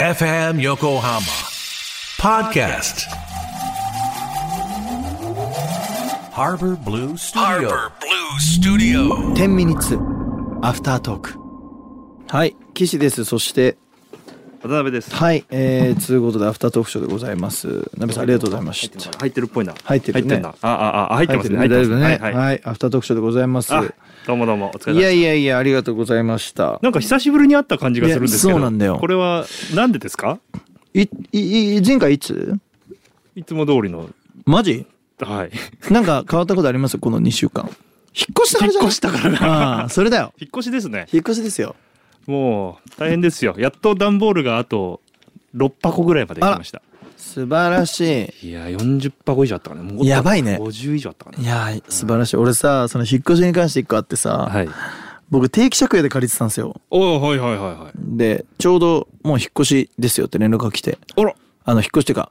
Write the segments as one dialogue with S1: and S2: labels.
S1: FM Yokohama Podcast Harbor Blue Studio
S2: Harbor Blue Studio.
S3: 10ミニッツアフタートークはい岸ですそして
S4: 渡辺です。
S3: はいえー、つうことでアフタートークショーでございますなべさんありがとうございました
S4: 入ってるっぽいな。
S3: 入ってるね
S4: んだ。あああ入ってますね。
S3: 入ってるね大丈
S4: 入って
S3: 夫ね
S4: ますはいはい。
S3: はいアフタートークショーでございます
S4: あどうもどうもお疲れ様
S3: いや
S4: です。
S3: いやいやありがとうございました
S4: なんか久しぶりに会った感じがするんですけ
S3: い
S4: ど。
S3: やそうなんだよ
S4: これはなんでですか？
S3: いいい前回いつ
S4: いつも通りの
S3: マジ
S4: はい。
S3: なんか変わったことありますこの2週間引っ越したからじゃない
S4: 引っ 越したからだ
S3: ああそれだよ
S4: 引っ越しですね。
S3: 引っ越しですよ
S4: もう大変ですよ。やっと段ボールがあと六箱ぐらいまで来ました。
S3: 素晴らし
S4: いや四十箱以上あったかな。もっと
S3: やばいね
S4: 五十以上あったか
S3: いいやー素晴らしい俺さその引っ越しに関して1個あってさ、
S4: な。はい。
S3: 僕定期借家で借りてたんですよ
S4: おおはいはいはいはい。
S3: でちょうどもう引っ越しですよって連絡が来て
S4: あら。
S3: あの引っ越しっていうか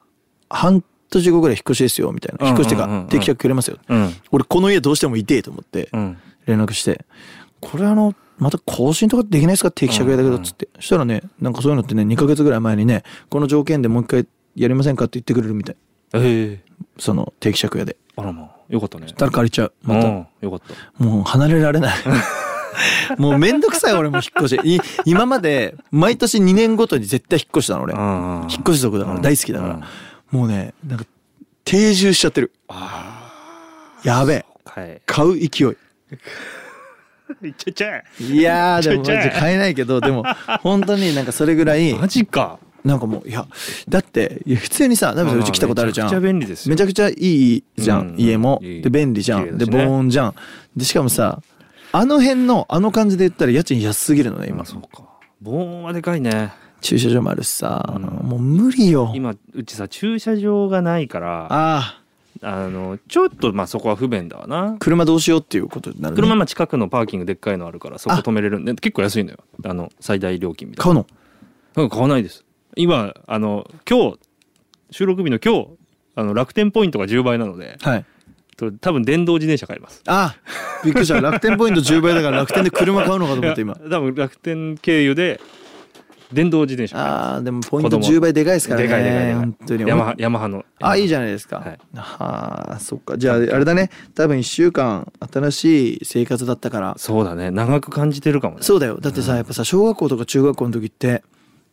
S3: 半年後ぐらい引っ越しですよみたいな
S4: うん
S3: 引
S4: う
S3: っ
S4: んう
S3: 越
S4: んうん
S3: しっていうか定期借くれますよ、
S4: うん
S3: 俺この家どうしてもいてえと思って
S4: うん。
S3: 連絡してこれあのまた更新とかできないですか定期借家だけどっつって、そしたらねなんかそういうのってね2ヶ月ぐらい前にねこの条件でもう一回やりませんかって言ってくれるみたい
S4: ええ。
S3: その定期借家で
S4: あらまあよかったね。
S3: たら借りちゃうまた、
S4: うんよかった。
S3: もう離れられ ないもうめんどくさい俺も引っ越しい今まで毎年2年ごとに絶対引っ越したの俺
S4: うんうん
S3: 引っ越し族だから
S4: うん
S3: 大好きだから、
S4: うん
S3: もうねなんか定住しちゃってるやべえ
S4: はい。
S3: 買う勢い
S4: いっちゃいちゃい。
S3: い やーでもマ
S4: ちょいちょい
S3: ジ買えないけどで も本当になんかそれぐらい
S4: マジか。
S3: なんかもういやだっていや普通にさダメさん
S4: うん
S3: うち来たことあるじゃん
S4: めちゃくちゃ便利ですよ
S3: めちゃくちゃいいじゃん、
S4: うん
S3: 家も
S4: いい
S3: で便利じゃ
S4: 綺麗
S3: んで
S4: だし
S3: 防
S4: ね
S3: 音じゃんでしかもさあの辺のあの感じで言ったら家賃安すぎるのね今
S4: 今そうか。防音はでかいね。
S3: 駐車場もあるしさ、
S4: うん
S3: もう無理よ
S4: 今うちさ駐車場がないから、あ
S3: ああ
S4: のちょっとまあそこは不便だわな。
S3: 車どうしようっていうことになる、ね、
S4: 車まあ近くのパーキングでっかいのあるからそこ
S3: あ
S4: 止めれるんで結構安いのよ。あの最大料金みたい
S3: 買うの
S4: な。うん買わないです。今あの今日収録日の今日あの楽天ポイントが10倍なので、
S3: はい
S4: と多分電動自転車買います。
S3: あびっくりした楽天ポイント10倍だから楽天で車買うのかと思って今
S4: いや多分楽天経由で電動自転車買います。
S3: ああでもポイント
S4: 子供
S3: 10倍でかいですからね
S4: でかいでかいでかい
S3: 本当に
S4: ヤマハヤマハの。
S3: あいいじゃないですか、
S4: はい
S3: はあそっかじゃああれだね多分1週間新しい生活だったから
S4: そうだね長く感じてるかもね
S3: そうだよだってさやっぱさ小学校とか中学校の時って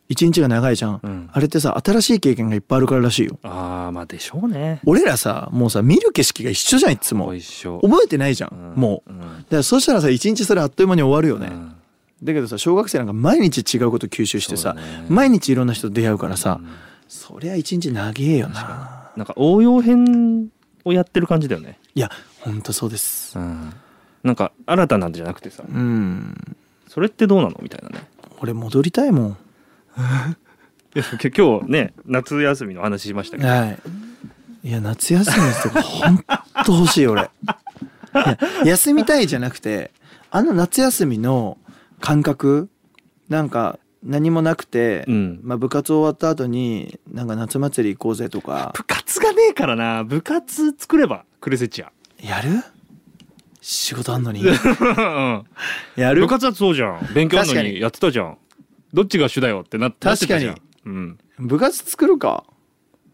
S3: 一日が長いじゃん、
S4: うん
S3: あれってさ新しい経験がいっぱいあるかららしいよ
S4: ああまあでしょうね
S3: 俺らさもうさ見る景色が一緒じゃんいつも
S4: ご一緒
S3: 覚えてないじゃん、
S4: ん
S3: もう、
S4: うん
S3: だからそしたらさ一日それあっという間に終わるよね、
S4: うん
S3: だけどさ小学生なんか毎日違うこと吸収してさ、
S4: そうだね
S3: 毎日いろんな人と出会うからさ、そりゃ一日長えよな
S4: なんか応用編をやってる感じだよね
S3: いやほんとそうです
S4: うんなんか新たなんじゃなくてさ
S3: うん
S4: それってどうなのみたいなね
S3: 俺戻りたいもん
S4: いやき今日ね夏休みの話しましたけど
S3: はいいや夏休みの人がほんと欲しい俺いや休みたいじゃなくてあの夏休みの感覚なんか何もなくて、
S4: うん
S3: まあ、部活終わった後になんか夏祭り行こうぜとか
S4: 部活がねえからな部活作ればクレセチア
S3: やる仕事あんの に
S4: うん
S3: や
S4: 部
S3: る
S4: 活だってそうじゃん勉強あんの
S3: 確かに
S4: にやってたじゃんどっちが主だよってなって
S3: 確かに
S4: なってたじゃんうん
S3: 部活作るか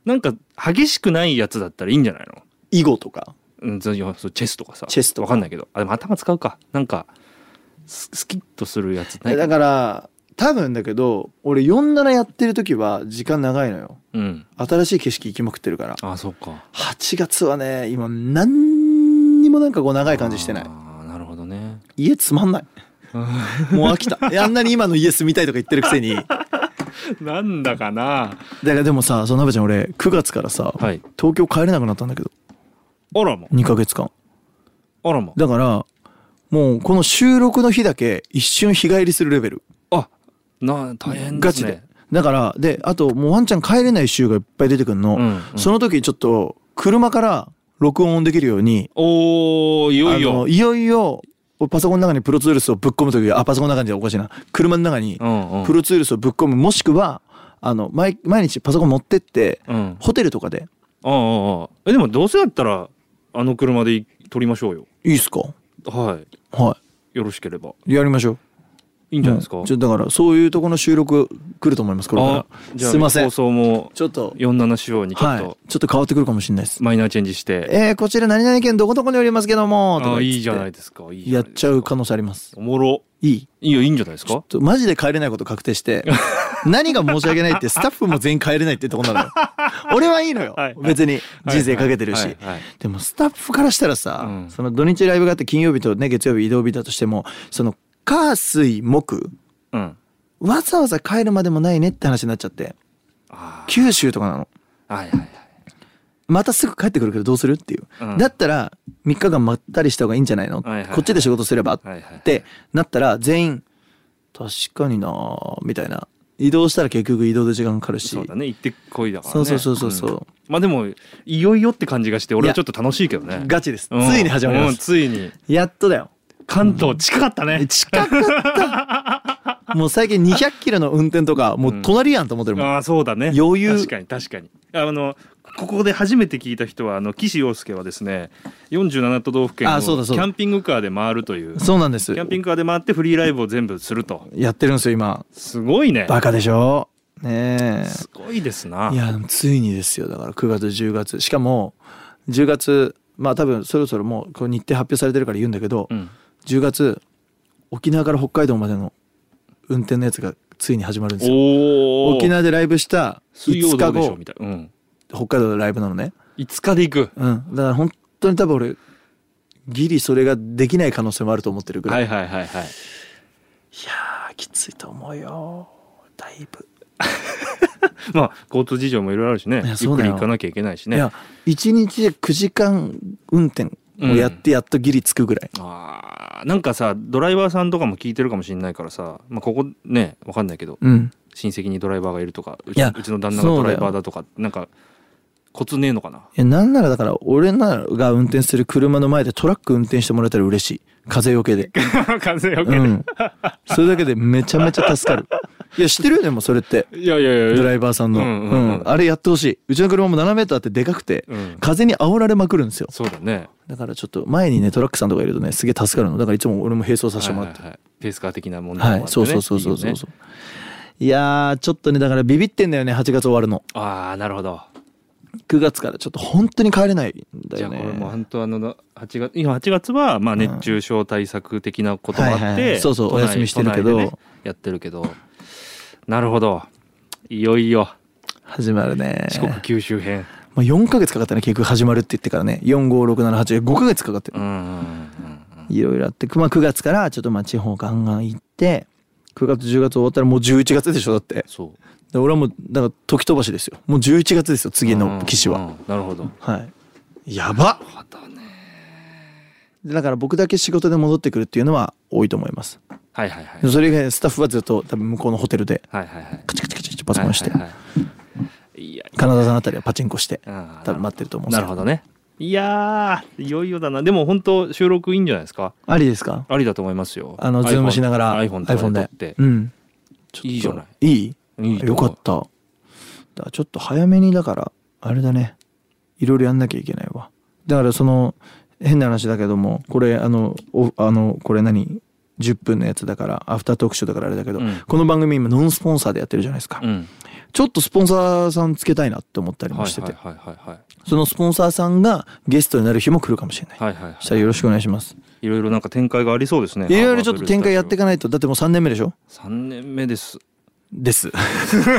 S4: なんか激しくないやつだったらいいんじゃないの
S3: 囲碁とか
S4: うん、そうそうチェスとかさ
S3: チェスとか
S4: わかんないけどあでも頭使うかなんかススキッとするやつない
S3: だから多分だけど俺47やってる時は時間長いのよ
S4: うん
S3: 新しい景色行きまくってるから
S4: あそうか
S3: 8月はね今何にもなんかこう長い感じしてない
S4: あーなるほどね
S3: 家つまんないもう飽き たいやあんなに今の家住みたいとか言ってるくせにだか
S4: なんだかな
S3: らでもさそのなべちゃん俺9月からさ、
S4: はい
S3: 東京帰れなくなったんだけど
S4: あらま
S3: 2ヶ月間
S4: あらま
S3: だからもうこの収録の日だけ一瞬日帰りするレベル
S4: あな大変ですね
S3: ガチでだからであともうワンちゃん帰れない週がいっぱい出てくるの、
S4: うんうん
S3: その時ちょっと車から録音できるように
S4: おーいよい
S3: あの
S4: よ
S3: いよいよパソコンの中にプロツールスをぶっ込む時あパソコンの中にじゃおかしいな車の中に
S4: うんうん
S3: プロツールスをぶっ込むもしくはあの毎毎日パソコン持ってって、
S4: うん
S3: ホテルとかで
S4: ああああえでもどうせだったらあの車でい撮りましょうよ
S3: いいっすか
S4: は
S3: はい
S4: よろしければ
S3: いやりましょう
S4: いいんじゃないですか、
S3: うんちょっとだからそういうとこの収録来ると思いますこれ
S4: あ
S3: から
S4: じゃあ
S3: すいません
S4: 放
S3: ちょ
S4: 送も
S3: っと
S4: 47仕様にちょ
S3: は
S4: っ
S3: い
S4: と
S3: ちょっと変わってくるかもしれないです
S4: マイナーチェンジして、
S3: えー、こちら何々県どこどこにおりますけどもと
S4: あ
S3: か
S4: あ
S3: 言っ
S4: い
S3: て
S4: いじゃないですかいいじ
S3: や
S4: ゃ
S3: っ
S4: ないです
S3: ち
S4: か
S3: ゃう可能性あります
S4: おもろ
S3: いい
S4: いいよいいんじゃないですか
S3: ちょっとマジで帰れないこと確定 して何が申し訳ないってスタッフも全員帰れないってとこなのよ 俺はいいのよ
S4: はい
S3: 別に人生かけてるし
S4: はいはいはい
S3: でもスタッフからしたらさ、
S4: うん
S3: その土日ライブがあって金曜日とね月曜日移動日だとしてもその火水木
S4: うん
S3: わざわざ帰るまでもないねって話になっちゃって
S4: あ
S3: 九州とかなの
S4: あはいはいはい
S3: またすぐ帰ってくるけどどうするっていう、
S4: うん
S3: だったら3日間まったりした方がいいんじゃないの、
S4: はいはいはい
S3: こっちで仕事すれば、
S4: はいはい
S3: ってなったら全員確かになーみたいな移動したら結局移動で時間かかるし
S4: そうだね行ってこいだからね
S3: そうそうそうそうそうん
S4: まあでもいよいよって感じがして俺はちょっと楽しいけどね
S3: ガチです、
S4: うん
S3: ついに始まりま
S4: うん
S3: す、
S4: ついに
S3: やっとだ よ
S4: 関東近かったね
S3: 近か ったもう最近200キロの運転とかもう隣やんと思ってるもん、
S4: ああそうだね
S3: 余裕
S4: 確かに確かにあのここで初めて聞いた人はあの岸洋介はですね47都道府県を
S3: あ
S4: キ
S3: そうだそうだ
S4: ャンピングカーで回るという
S3: そうなんです
S4: キャンピングカーで回ってフリーライブを全部すると
S3: やってるんですよ今
S4: すごいね
S3: バカでしょねえ
S4: すごいですない
S3: やでもついにですよだから9月10月しかも10月まあ多分そろそろもうこう日程発表されてるから言うんだけど、
S4: うん
S3: 10月沖縄から北海道までの運転のやつがついに始まるんですよ
S4: おお
S3: 沖縄でライブした
S4: 水曜
S3: 5
S4: ど
S3: 日
S4: うでしょう
S3: 後
S4: みたいな、うん、
S3: 北海道でライブなのね
S4: 5日で行く
S3: うんだから本当に多分俺ギリそれができない可能性もあると思ってるぐら、
S4: はいいはいはいは
S3: い
S4: い
S3: やーきついと思うよだいぶ、
S4: まあ交通事情もいろいろあるしね
S3: い
S4: ゆ
S3: や
S4: っ
S3: そう
S4: く
S3: だ
S4: り
S3: よ
S4: 行かなきゃいけないしね
S3: いや1日で9時間運転をやってやっとギリつくぐらい、
S4: あーなんかさドライバーさんとかも聞いてるかもしれないからさ、まあ、ここねわかんないけど
S3: うん、
S4: 親戚にドライバーがいるとかう
S3: い
S4: ち
S3: や
S4: うちの旦那がドライバーだとかなんかコツねえのかない
S3: やなんならだから俺らが運転する車の前でトラック運転してもらえたら嬉しい風よけで、
S4: 風よ
S3: うん、それだけでめちゃめちゃ助かるいや知ってるよでもそれって
S4: いやいやいや
S3: ドライバーさんの、
S4: う
S3: うんん
S4: うんうん
S3: あれやってほしいうちの車も7メーターってでかくて、
S4: うん
S3: 風に煽られまくるんですよ
S4: そうだね
S3: だからちょっと前にねトラックさんとかいるとねすげえ助かるのだからいつも俺も並走させて
S4: はい
S3: も
S4: は
S3: らって
S4: いはいペースカー的な問題も
S3: はい、
S4: あってね
S3: そうそうそうそうそう
S4: いい
S3: そ
S4: よ
S3: う
S4: ね
S3: いやーちょっとねだからビビってんだよね8月終わるの
S4: ああなるほど
S3: 9月からちょっと本当に帰れないんだ
S4: じゃ
S3: よ
S4: あこ
S3: ね
S4: れもう本当あの8月今8月はまあ熱中症対策的なこともあって、
S3: はいはいはいそうそう
S4: 都内
S3: お休みしてるけど
S4: 都内でねやってるけどなるほどいよいよ
S3: 始まるね
S4: 四国九州編
S3: まあ、4ヶ月かかったね結局始まるって言ってからね45678ヶ月かかって
S4: うんうんうんうん
S3: いろいろあって、まあ、9月からちょっとまあ地方ガンガン行って9月10月終わったらもう11月でしょだって
S4: そう
S3: で俺はもうだから時飛ばしですよもう11月ですよ次の機種は、
S4: うんうんなるほど
S3: はいやばだから僕だけ仕事で戻ってくるっていうのは多いと思います
S4: はいはいはい
S3: でもそれ以外スタッフはずっと多分向こうのホテルで
S4: はいはいはい
S3: カチャカチャカチャカチャパソコンして、
S4: はいはいはいいや
S3: カナダさんあたりはパチンコして
S4: あー
S3: 多分待ってると思うんですけ
S4: なるほどねいやーいよいよだなでも本当収録いいんじゃないですか
S3: ありですか
S4: ありだと思いますよ
S3: あのズームしながら
S4: iPhone とかで撮って
S3: うん
S4: いいじゃない
S3: いい
S4: いいと
S3: よ
S4: 思う
S3: かっただからちょっと早めにだからあれだねいろいろやんなきゃいけないわだからその変な話だけどもこれあのおあのこれ何10分のやつだからアフタートークショーだからあれだけど、
S4: うん
S3: この番組今ノンスポンサーでやってるじゃないですか、
S4: うん
S3: ちょっとスポンサーさんつけたいなって思ったりも
S4: はい
S3: して
S4: はい
S3: て、
S4: はいはいはい
S3: そのスポンサーさんがゲストになる日も来るかもしれない、
S4: はいはいは
S3: したらよろしくお願いします
S4: いいろいろなんか展開がありそうですね
S3: いろいろちょっと展開やっていかないとだってもう3年目でしょ
S4: 三年目です
S3: です
S4: なん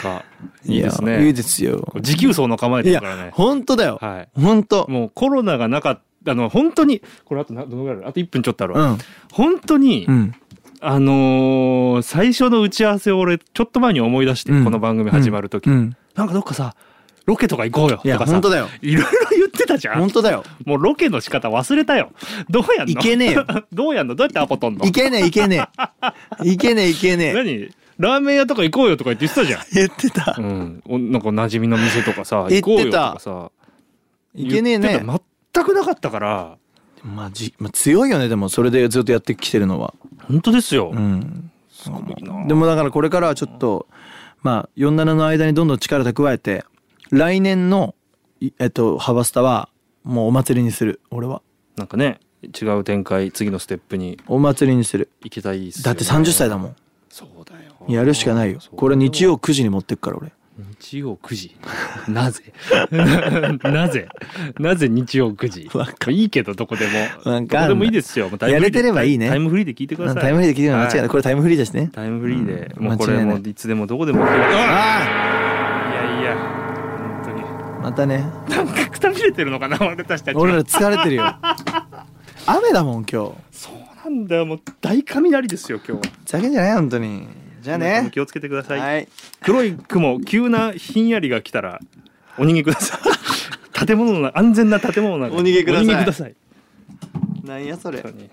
S4: かいいです
S3: や
S4: ね
S3: いいですよ
S4: 時給層の構え
S3: い
S4: てる
S3: や
S4: からね
S3: 本当だよ、
S4: はい
S3: 本当
S4: もうコロナがなかったあの本当にこれあとなどのぐらいあるあと1分ちょっとあるわ、
S3: うん
S4: 本当に、
S3: うん
S4: あのー最初の打ち合わせを俺ちょっと前に思い出して、
S3: うん
S4: この番組始まる時、
S3: うん
S4: なんかどっかさロケとか行こうよと
S3: いや
S4: かさ
S3: 本当だよ
S4: いろいろ言ってたじゃん
S3: 本当だよ
S4: もうロケの仕方忘れたよどうやんの
S3: い けねえよ
S4: どうやんのどうやってアポ取んの
S3: いけねえいけねえいけねえいけねえ
S4: 何ラーメン屋とか行こうよとか言って言ってたじゃ
S3: 言ってた
S4: ん、うんお、なんかお馴染みの店とかさ
S3: 言
S4: 行
S3: ってた
S4: こうよとかさ
S3: いけねえ
S4: 言っ
S3: ね
S4: てた全くなかったから
S3: まあじ、まあ、強いよねでもそれでずっとやってきてるのは
S4: 本当ですよ、
S3: うん
S4: すごいな
S3: でもだからこれからはちょっとまあ47の間にどんどん力蓄えて来年のいえっとハバスタはもうお祭りにする俺は
S4: なんかね違う展開次のステップに
S3: お祭りにする
S4: 行きたいっすよね
S3: だって30歳だも
S4: そうだよ
S3: んやるしかないよ
S4: そう
S3: これ日曜9時に持ってくから俺
S4: 日曜9時 なぜなぜなぜ日曜9時
S3: わ
S4: いいけどどこでも
S3: わかんない
S4: どこでもいいですよもうタイム
S3: やれてればいいね
S4: タイムフリーで聞いてください
S3: タイムフリーで聞いてるのは間違いない、
S4: は
S3: これタイムフリーだしね
S4: タイムフリーで、
S3: うん
S4: もうこれ
S3: 間違いな
S4: も
S3: いう
S4: いつでもどこでもいや
S3: あ
S4: いや本当に
S3: あまたね
S4: なんかくたびれてるのかな 俺たちたち
S3: 俺ら疲れて るよ雨だもん今日
S4: そうなんだよもう大雷ですよ今日は
S3: ふざけんじゃない本当にじゃあ
S4: 皆さん
S3: ね
S4: 気をつけてください、
S3: はい
S4: 黒い雲急なひんやりが来たらお逃げくださ い建物の安全な建物の中に
S3: お逃げください
S4: お逃げください
S3: なんやそれ
S4: 本当に